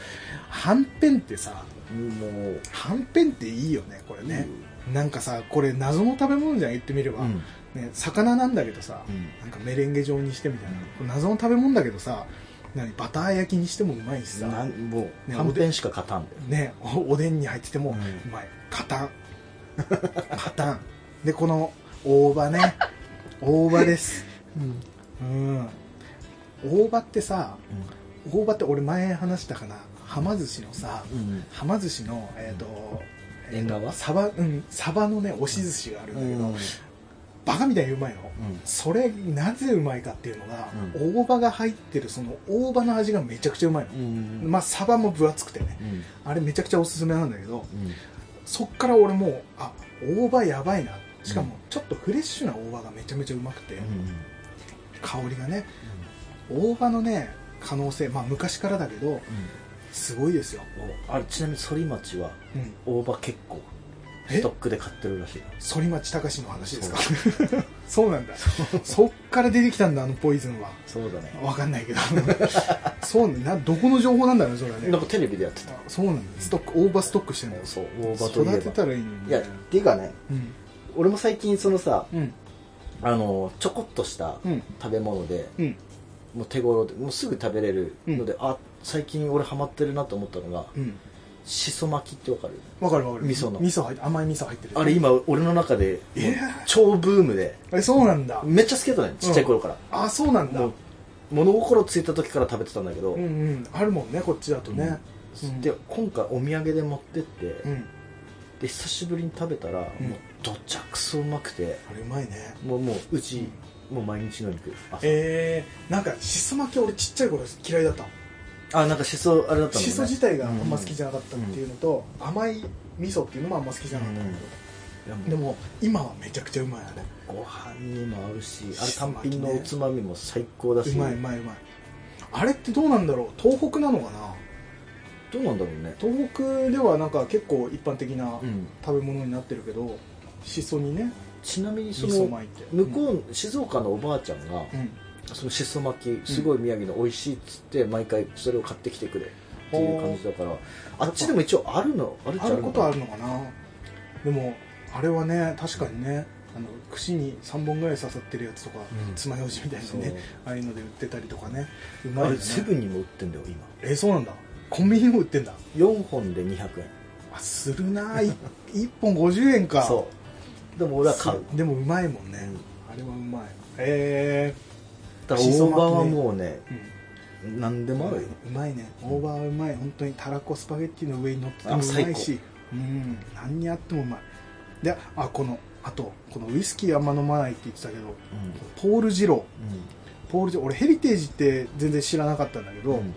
A: はんぺんってさ
B: もう
A: はんぺんっていいよねこれね、
B: う
A: なんかさこれ謎の食べ物じゃん言ってみれば、
B: ん
A: ね、魚なんだけどさ、
B: うん
A: なんかメレンゲ状にしてみたいな、これ謎の食べ物だけどさ何バター焼きにしてもうまいしさ
B: なんもう
A: ね
B: はんぺんしか勝たんだよ
A: ね、おおでんに入ってても
B: うん
A: うまい、カタンカタンでこの大葉ね大葉です
B: うん
A: うん大葉ってさ大葉って俺前話したかなはま寿司のさ
B: うん
A: はま寿司のえっ、と
B: 縁側
A: サバうんサバのね押し寿司があるんだけど、
B: うん
A: バカみたいにうまいの、
B: うん
A: それなぜうまいかっていうのが、
B: う
A: 大葉が入ってるその大葉の味がめちゃくちゃうまいの、
B: うん
A: まあサバも分厚くてね
B: うん
A: あれめちゃくちゃおすすめなんだけど、
B: うん
A: そっから俺もうあ大葉やばいなしかもちょっとフレッシュな大葉がめちゃめちゃうまくて、香りがね大葉のね可能性まあ昔からだけどすごいですよ、
B: おあれちなみに反町は
A: うん、
B: 大葉結構
A: え
B: ストックで買ってるらしいよ
A: 反町隆史の話ですか そうなんだそっから出てきたんだあのポイズンは
B: そうだね
A: わかんないけ どそうなんだなどこの情報なんだろうねそれはね
B: なんかテレビでやってた
A: あそうなんだストック大葉ストックしてるんだ
B: そう大葉といえば
A: 育てたらいいのに
B: いやっていうかね
A: うん
B: 俺も最近そのさ
A: うん
B: あのちょこっとした
A: うん
B: 食べ物で
A: うん
B: もう手頃でもうすぐ食べれるのであ最近俺ハマってるなと思ったのが
A: うん
B: しそ巻きってわかる
A: わかるわかる
B: 味噌の
A: 味噌入って甘い味噌入ってる
B: あれ今俺の中で
A: えー
B: 超ブームで
A: えそうなんだ
B: めっちゃ好きだったねちっちゃい頃から、
A: あそうなんだ
B: もう物心ついた時から食べてたんだけど、
A: うんうんあるもんねこっちだとねうん
B: で今回お土産で持ってって、
A: うん
B: で久しぶりに食べたら、
A: うん
B: もうどちゃくそうまくて
A: あれうまいね
B: もうもううち、もう毎日の肉朝
A: えー、なんかしそ巻き俺ちっちゃい頃嫌いだった
B: あなんかしそあれだったのね
A: しそ自体があんま好きじゃなかったっていうのと、甘い味噌っていうのもあんま好きじゃなかったんだけど、
B: いやもう
A: でも今はめちゃくちゃうまいあれ
B: ご飯にも合うしあれ
A: しそ
B: 単
A: 巻きね
B: 品のおつまみも最高だし
A: うまいうまいうまいあれってどうなんだろう東北なのかな
B: どうなんだろうね
A: 東北ではなんか結構一般的な
B: うん
A: 食べ物になってるけどしそにね
B: ちなみにそ
A: 味噌
B: の
A: 巻いて
B: 向こう静岡のおばあちゃんが
A: うん、うん
B: そのしそ巻きすごい宮城の美味しいっつって毎回それを買ってきてくれっていう感じだからあっちでも一応あるのあるっちゃ
A: あ
B: あ
A: る
B: るの
A: ことはあるのかなでもあれはね確かにねあの串に3本ぐらい刺さってるやつとか、
B: うん
A: 爪楊枝みたい
B: そう
A: なねああいうので売ってたりとかねうまい
B: あ
A: よ
B: れ
A: ね
B: セブンにも売ってんだよ今
A: えそうなんだコンビニも売ってんだ
B: 4本で200円
A: あするな1 本50円か
B: そうでも俺は買う
A: でもうまいもんね、あれはうまいえ
B: だから
A: しそ
B: 大
A: 巻きね
B: 葉はもうね
A: えうん
B: 何でもあるよ
A: うまいね大葉はうまい本当にたらこスパゲッティの上に乗ってても
B: あ
A: うま
B: 最
A: い
B: 高
A: しうん何にあってもうまいであこのあとこのウイスキーあんま飲まないって言ってたけどポール・ジロー
B: う
A: ポールジロー俺ヘリテージって全然知らなかったんだけど、
B: んうん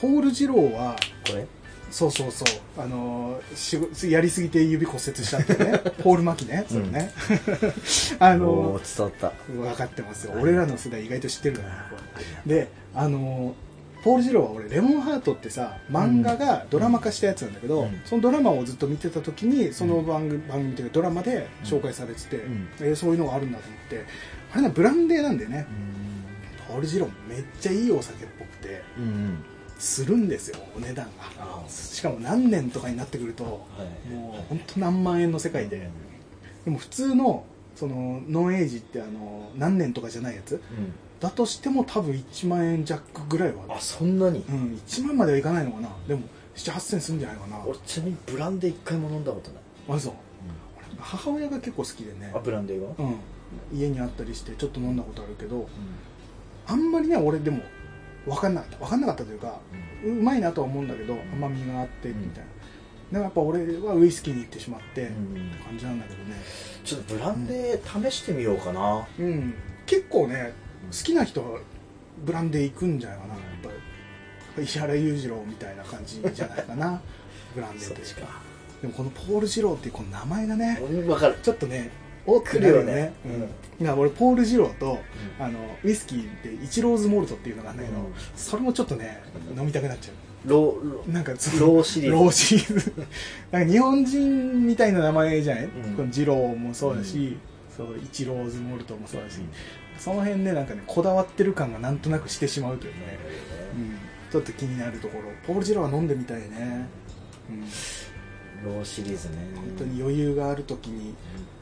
A: ポール・ジローは
B: これ
A: そうそうそうあのーしごやりすぎて指骨折したって ねポール・マキねそれね、 あのー
B: おー伝わった
A: 分かってますよ俺らの世代意外と知ってるからねこれであのーポール・ジローは俺「レモンハート」ってさ漫画がドラマ化したやつなんだけど、
B: うん
A: そのドラマをずっと見てた時にその番組,、番組というかドラマで紹介されてて、
B: うん
A: えーそういうのがあるんだと思ってあれなブランデーなんだよねポール・ジローめっちゃいいお酒っぽくて
B: うんうん
A: するんですよお値段
B: あ
A: がしかも何年とかになってくるとも
B: はい
A: ほんと何万円の世界ででも普通のそのノンエイジってあの何年とかじゃないやつ
B: う
A: だとしても多分1万円弱ぐらいは
B: んあそんなに
A: うん1万まではいかないのかなでも78000するんじゃないかな
B: 俺ちなみにブランデー一回も飲んだことない
A: あそう俺母親が結構好きでね
B: あブランデーは
A: うん家にあったりしてちょっと飲んだことあるけどあんまりね俺でも分かんなかった分かんなかったというかうまいなとは思うんだけど甘みがあってみたいな、でもやっぱ俺はウイスキーに行ってしまって、
B: うん
A: って感じなんだけどね
B: ちょっとブランデー試してみようかな
A: うん結構ね好きな人はブランデー行くんじゃないかなやっぱり石原裕次郎みたいな感じじゃないか なブランデーってでもこのポール・ジローっていうこの名前がね
B: 俺分かる
A: ちょっとねおっ
B: 来るよね
A: う
B: うん
A: ん、今俺ポール・ジローとあのウイスキーってイチローズモルトっていうのがあるんだけど、
B: うん
A: それもちょっとね飲みたくなっちゃう
B: ローロー
A: なんかその
B: ローシリーズ
A: ローシリーズなんか日本人みたいな名前じゃない、
B: うん
A: この二郎もそうだし、そうイチローズモルトもそうだし、その辺でなんかねこだわってる感がなんとなくしてしまうというね、うんちょっと気になるところポール・ジローは飲んでみたいね、うん、
B: ローシリーズね
A: 本当に余裕がある時に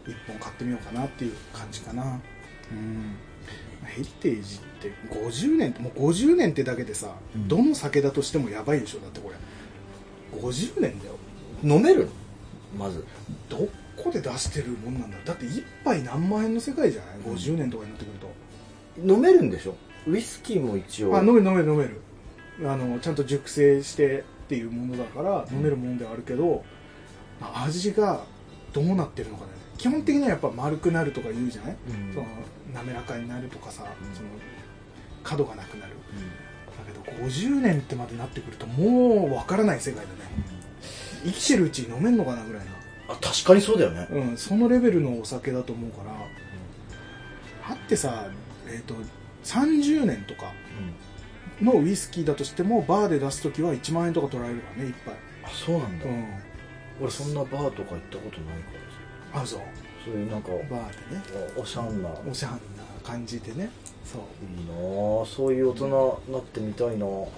A: 一本買ってみようかなっていう感じかなうんヘリテージって50年ってもう50年ってだけでさ、
B: うん
A: どの酒だとしてもやばいでしょだってこれ50年だよ
B: 飲めるまず
A: どこで出してるもんなんだだって一杯何万円の世界じゃない50年とかになってくると、
B: 飲めるんでしょウイスキーも一応
A: あ飲める飲める飲めるあのちゃんと熟成してっていうものだから
B: うん
A: 飲めるものではあるけど、まあ味がどうなってるのかね基本的にはやっぱ丸くなるとか言うじゃない、
B: うん
A: その滑らかになるとかさ、
B: うん
A: その角がなくなる
B: うん
A: だけど50年ってまでなってくるともうわからない世界だね生きてるうちに飲めんのかなぐらい
B: あ確かにそうだよね
A: な、うん、そのレベルのお酒だと思うからあってさえっ、と30年とかのウイスキーだとしてもバーで出す時は1万円とか取られるからね一杯
B: あそうなんだ
A: うん
B: 俺そんなバーとか行ったことないから
A: あ
B: さ
A: そう
B: そういうなんか
A: バーでね
B: おしゃんな
A: おしゃんな感じでねそう
B: いいなあそういう大人になってみたい
A: バ
B: な
A: ー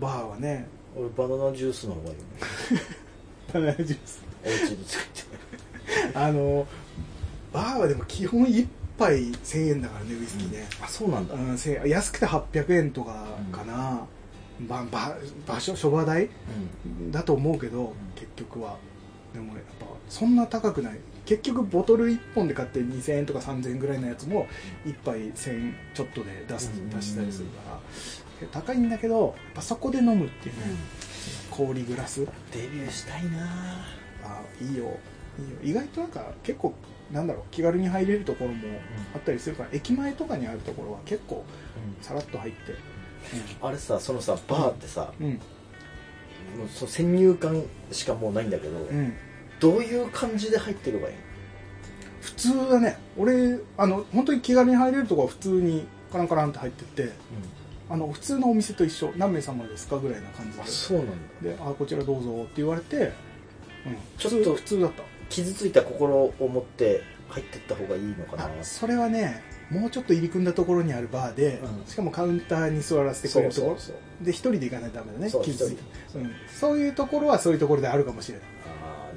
A: バーは ね
B: 俺バナナジュースの方がいいね
A: バナナジュース
B: お家で作って
A: あのバーはでも基本一杯1000円だからねウイスキーね、
B: あそうなんだ
A: うん1000円安くて800円とかかな、ばば場所諸場代だと思うけど、結局はでもやっぱそんな高くない結局ボトル1本で買って2000円とか3000円ぐらいのやつも1杯1000円ちょっとで出す
B: うん
A: 出したりするから高いんだけどやっぱそこで飲むっていうね、氷グラス
B: デビューしたいな
A: あいいよいいよ意外となんか結構なんだろう気軽に入れるところもあったりするから、駅前とかにあるところは結構さらっと入って
B: あれさそのさバーってさ
A: うんうん
B: もうその先入観しかもうないんだけど
A: うん
B: どういう感じで入ってればいい
A: 普通だね俺あの本当に気軽に入れるとこは普通にカランカランって入ってってあの普通のお店と一緒何名様ですかぐらいな感じ
B: あそうなんだ
A: でであこちらどうぞって言われて、うん、
B: ちょっと
A: 普通普通だった
B: 傷ついた心を持って入ってった方がいいのかな
A: あそれはねもうちょっと入り組んだところにあるバーで、
B: うん
A: しかもカウンターに座らせてくれるところ
B: そうそう
A: で一人で行かないとダメだね
B: そう
A: 傷つい
B: 一
A: た、うん、そういうところはそういうところであるかもしれない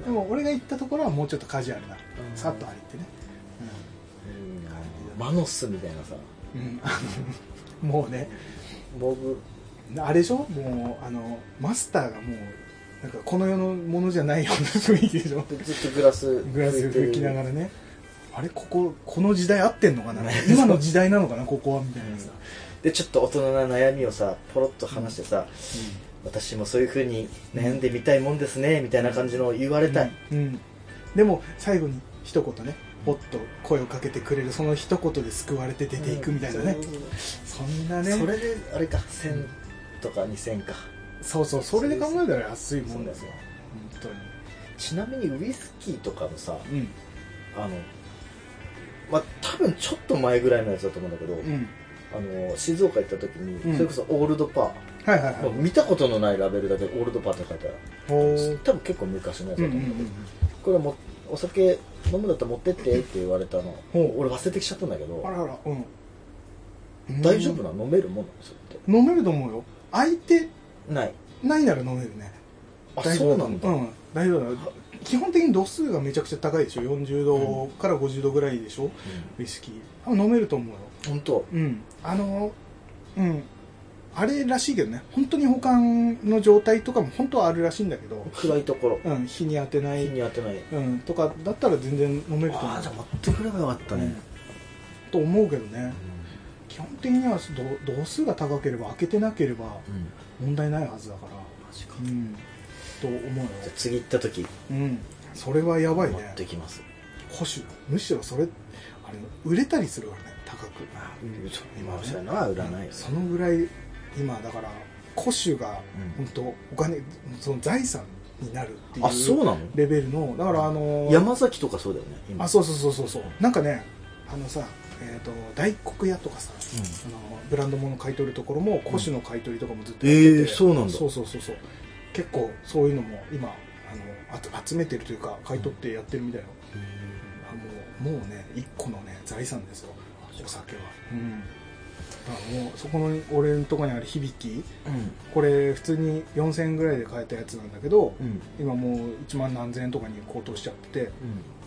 B: あー
A: でも俺が行ったところはもうちょっとカジュアルな
B: うん
A: さっと入ってね、
B: うんマノスみたいなさ
A: うんうんあのもうね
B: モブ
A: あれでしょもうあのマスターがもうなんかこの世のものじゃないような雰囲気でしょ
B: ずっとグラス
A: グラス拭きなが
B: ら
A: らねあれこここの時代合ってんのかな今の時代なのかなここはみたいなさ、
B: でちょっと大人な悩みをさポロッと話してさ、私もそういうふうに悩んでみたいもんですねみたいな感じの言われたい、
A: うんうんでも最後に一言ねポッと声をかけてくれるその一言で救われて出ていくみたいなね、そんなね
B: それであれか1000とか2000か
A: そうそうそれで考えたら安いもんだよ
B: そうですよ
A: 本
B: ちなみにウイスキーとかのさ
A: 当に
B: あのまあ多分ちょっと前ぐらいのやつだと思うんだけど、
A: うんうん
B: あの静岡行った時に、
A: うん
B: それこそオールドパー、
A: はいはい
B: も
A: は
B: う
A: い
B: 見たことのないラベルだけどオールドパーって書いてある
A: ほー
B: 多分結構昔のやつ
A: うん
B: だ
A: う
B: と
A: ん
B: 思うんだけど、これもお酒飲むんだったら持ってってって言われたの
A: ほう
B: 俺忘れてきちゃったんだけ
A: うんあ
B: ど
A: らあらうんうん
B: 大丈夫なの飲めるもんなのそれっ
A: 飲めると思うよ相手
B: てない
A: ないなら飲めるね
B: あ
A: 大丈
B: そ
A: 夫
B: うなんだ、
A: うん大丈夫だ基本的に度数がめちゃくちゃ高いでしょ40度から50度ぐらいでしょ、ウイスキーあ飲めると思うよ
B: 本当
A: うんあのうんあれらしいけどね本当に保管の状態とかも本当はあるらしいんだけど、
B: 暗いところ
A: うん、日に当てな
B: 火
A: い、
B: に当てない
A: うん、とかだったら全然飲めると思う
B: ああじゃあ持ってくればよかったね、
A: と思うけどね基本的にはど度数が高ければ開けてなければ
B: うんうん
A: 問題ないはずだから
B: マジか
A: うんと思うよ
B: じゃあ次行った時
A: うんそれはやばい
B: 持
A: ね
B: ってきます、
A: 保守むしろそれあれ売れたりするからね高く
B: あーちょっと
A: 今ね
B: 今そういうのは売らないよ
A: そのぐらい今だから古酒が
B: うん
A: 本当お金その財産になるってい
B: あそう
A: う
B: なの
A: レベルのだからあの
B: 山崎とかそうだよね今
A: あそうそうそうそうそうなんかねあのさえー、と大黒屋とかさ、あのブランド物買い取るところも古酒の買い取りとかもずっとやってて、
B: えーそうなんだ
A: そうそうそうそう結構そういうのも今あのあ集めてるというか買い取ってやってるみたいなあもうもうね一個のね財産ですよお酒はうんだからもうそこの俺のとこにある響き
B: うん
A: これ普通に4000円ぐらいで買えたやつなんだけど、
B: うん
A: 今もう1万何千円とかに高騰しちゃってて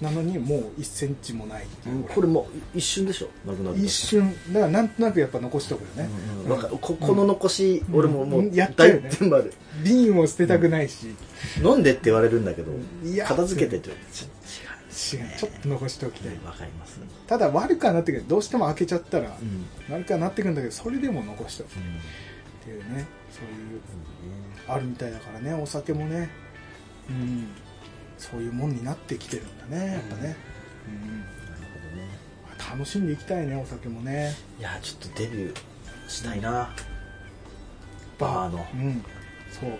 A: なのにもう1センチもないっていう
B: うん
A: これ
B: これもう一瞬でしょなくなると
A: 一瞬だからなんとなくやっぱ残しとくよね、
B: うんわかるここの残し、
A: うん
B: 俺ももう
A: うんやったよ
B: 大
A: ね
B: 天まで
A: 瓶を捨てたくないし、
B: 飲んでって言われるんだけど
A: いや
B: 片付けてってちょ
A: 違うちょっと残しておきたい、
B: わかります、
A: ただ悪くはなってくるどうしても開けちゃったら
B: うん
A: 悪くはなってくんだけどそれでも残しておくっていうねそういうあるみたいだからねお酒もねうんそういうもんになってきてるんだねやっぱね、うん
B: なるほどね
A: 楽しんでいきたいねお酒もね
B: いやちょっとデビューしたいな、バーの
A: うんそう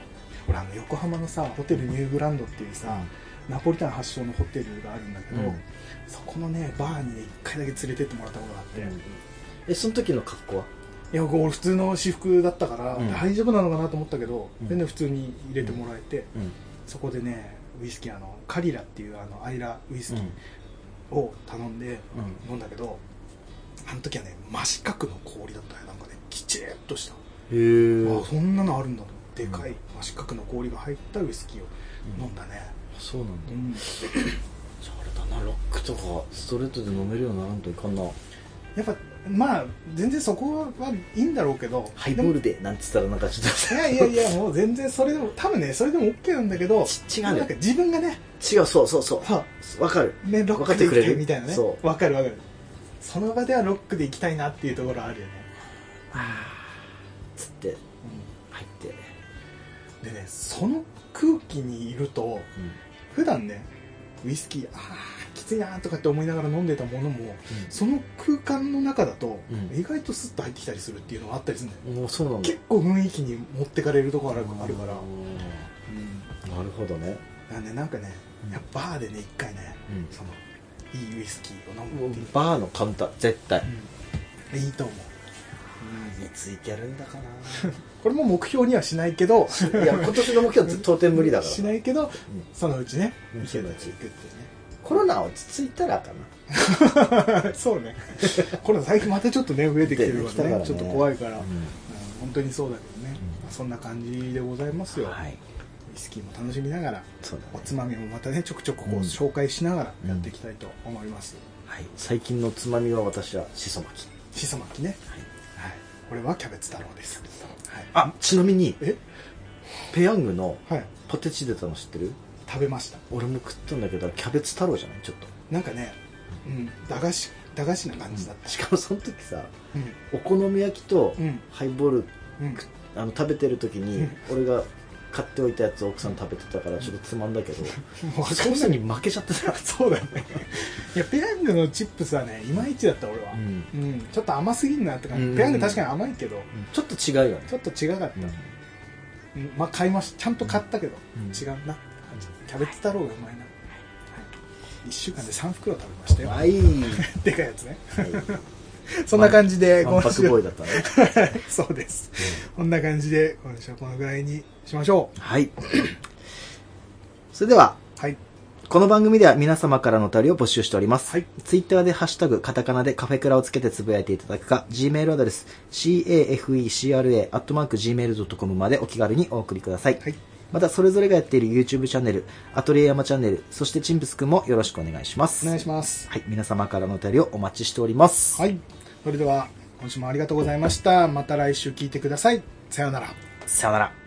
A: 俺あの横浜のさホテルニューグランドっていうさ、ナポリタン発祥のホテルがあるんだけど、
B: うん
A: そこのねバーにね一回だけ連れてってもらったことがあって、
B: う
A: い
B: んえその時の格好は
A: や俺普通の私服だったから、
B: うん
A: 大丈夫なのかなと思ったけど、
B: うん
A: 全然普通に入れてもらえて、
B: うん
A: そこでねウイスキーあのカリラっていうあのアイラウイスキーを頼んで
B: う
A: 飲んだけど、あの時はね真四角の氷だったよなんかねきちっとした、
B: んへえ
A: あそんなのあるんだとでかい真四角の氷が入ったウイスキーを飲んだね、
B: そうなんだ
A: うん
B: じゃああれだなロックとかストレートで飲めるようにならんといかんな
A: やっぱまあ全然そこはいいんだろうけど
B: ハイ
A: で
B: ボー
A: も
B: ルでなんつったらなんかちょっ
A: い
B: と
A: やいやい やもう全然それでも多分ねそれでも OK なんだけど
B: ち違うね
A: なんか自分がね
B: 違うそうそうそ
A: そう
B: わかる
A: うねロック
B: わかっ
A: で行
B: てくれ
A: きた
B: る
A: いみたいなね
B: そ
A: わかるわかるその場ではロックで行きたいなっていうところあるよね、
B: つって入って
A: うんでねその空気にいると
B: うん
A: 普段ねウイスキーあーきついなーとかって思いながら飲んでたものもその空間の中だと、
B: うん
A: 意外とスッと入ってきたりするっていうのがあったりするんだよ
B: もうそうなんだ
A: 結構雰囲気に持ってかれるところあるあるから、
B: うん
A: うん
B: なるほどね
A: なんでなんかね
B: うん
A: いやバーでね一回ね
B: うん
A: そのいいウイスキーを飲む
B: もう
A: っていう、
B: バーのカウンター、絶対。
A: うん、いいと思う
B: についてやるんだか
A: これも目標にはしないけど
B: ないや、今年の目標は当然無理だか
A: し
B: ら。
A: ないけど、そのうちね
B: うん
A: 池田行くって
B: コロナ落ち着いたらか
A: い
B: な。
A: うね そうねこれ最近またちょっとね増えてきてる
B: 出てき
A: か
B: たからら
A: ね
B: ね
A: ちょっと怖いから、
B: うん
A: うん本当にそうだけどね、
B: うん
A: そんな感じでございますよ、
B: はい。
A: ウイスキーも楽しみながら
B: そうだ
A: お
B: ね。
A: つまみもまたねちょくちょくこう
B: うん
A: 紹介しながらやっていきたいと思います、
B: はい。最近のつまみは私はしそ巻き。
A: しそ巻きね、
B: はい
A: はい、これはキャベツ太郎です、はい、
B: あ、ちなみに、
A: え
B: ペヤングの
A: はい
B: ポテチ出たの知ってる
A: 食べました
B: 俺も食ったんだけど、キャベツ太郎じゃないちょっと。
A: なんかね、うん、駄菓子駄菓子な感じだった
B: しかもその時さ、
A: うん
B: お好み焼きと
A: うん
B: ハイボール、
A: うん
B: あの食べてる時に、俺が買っておいたやつを奥さん食べてたからちょっとつまんだけど、
A: もう
B: そ
A: そ
B: ん
A: ん
B: な
A: な
B: に
A: に
B: 負けちゃってた
A: そうだよねいやペヤングのチップスはねいまいちだった俺は
B: う、ん
A: うんちょっと甘すぎるなって感じ、
B: うん
A: ペヤング確かに甘いけど
B: ちょっと違うよね
A: ちょっと違かった、うんまあ買いましたちゃんと買ったけど、
B: うん
A: 違うなって感じキャベツ太郎がうまいな、はい、1週間で3袋食べましたよ、
B: はい、
A: でかいやつね
B: はい、
A: そんな感じで
B: ワン
A: 今
B: パ
A: 週
B: クボーイだったね
A: そうです、こんな感じで今週はこのぐらいにしましょ
B: はいそれでは
A: うはい
B: この番組では皆様からのお便りを募集しております。
A: はい
B: ツイッターでハッシュタグ、カタカナでカフェクラをつけてつぶやいていただくか、Gmail アドレス、cafecra.gmail.com までお気軽にお送りください。
A: はい
B: また、それぞれがやっている YouTube チャンネル、アトリエ山チャンネル、そしてチンプスくんもよろしくお願いします。
A: お願いします
B: はい、皆様からのお便りをお待ちしております。
A: はいそれでは今週もありがとうございましたまた来週聞いてくださいさようなら
B: さよなら。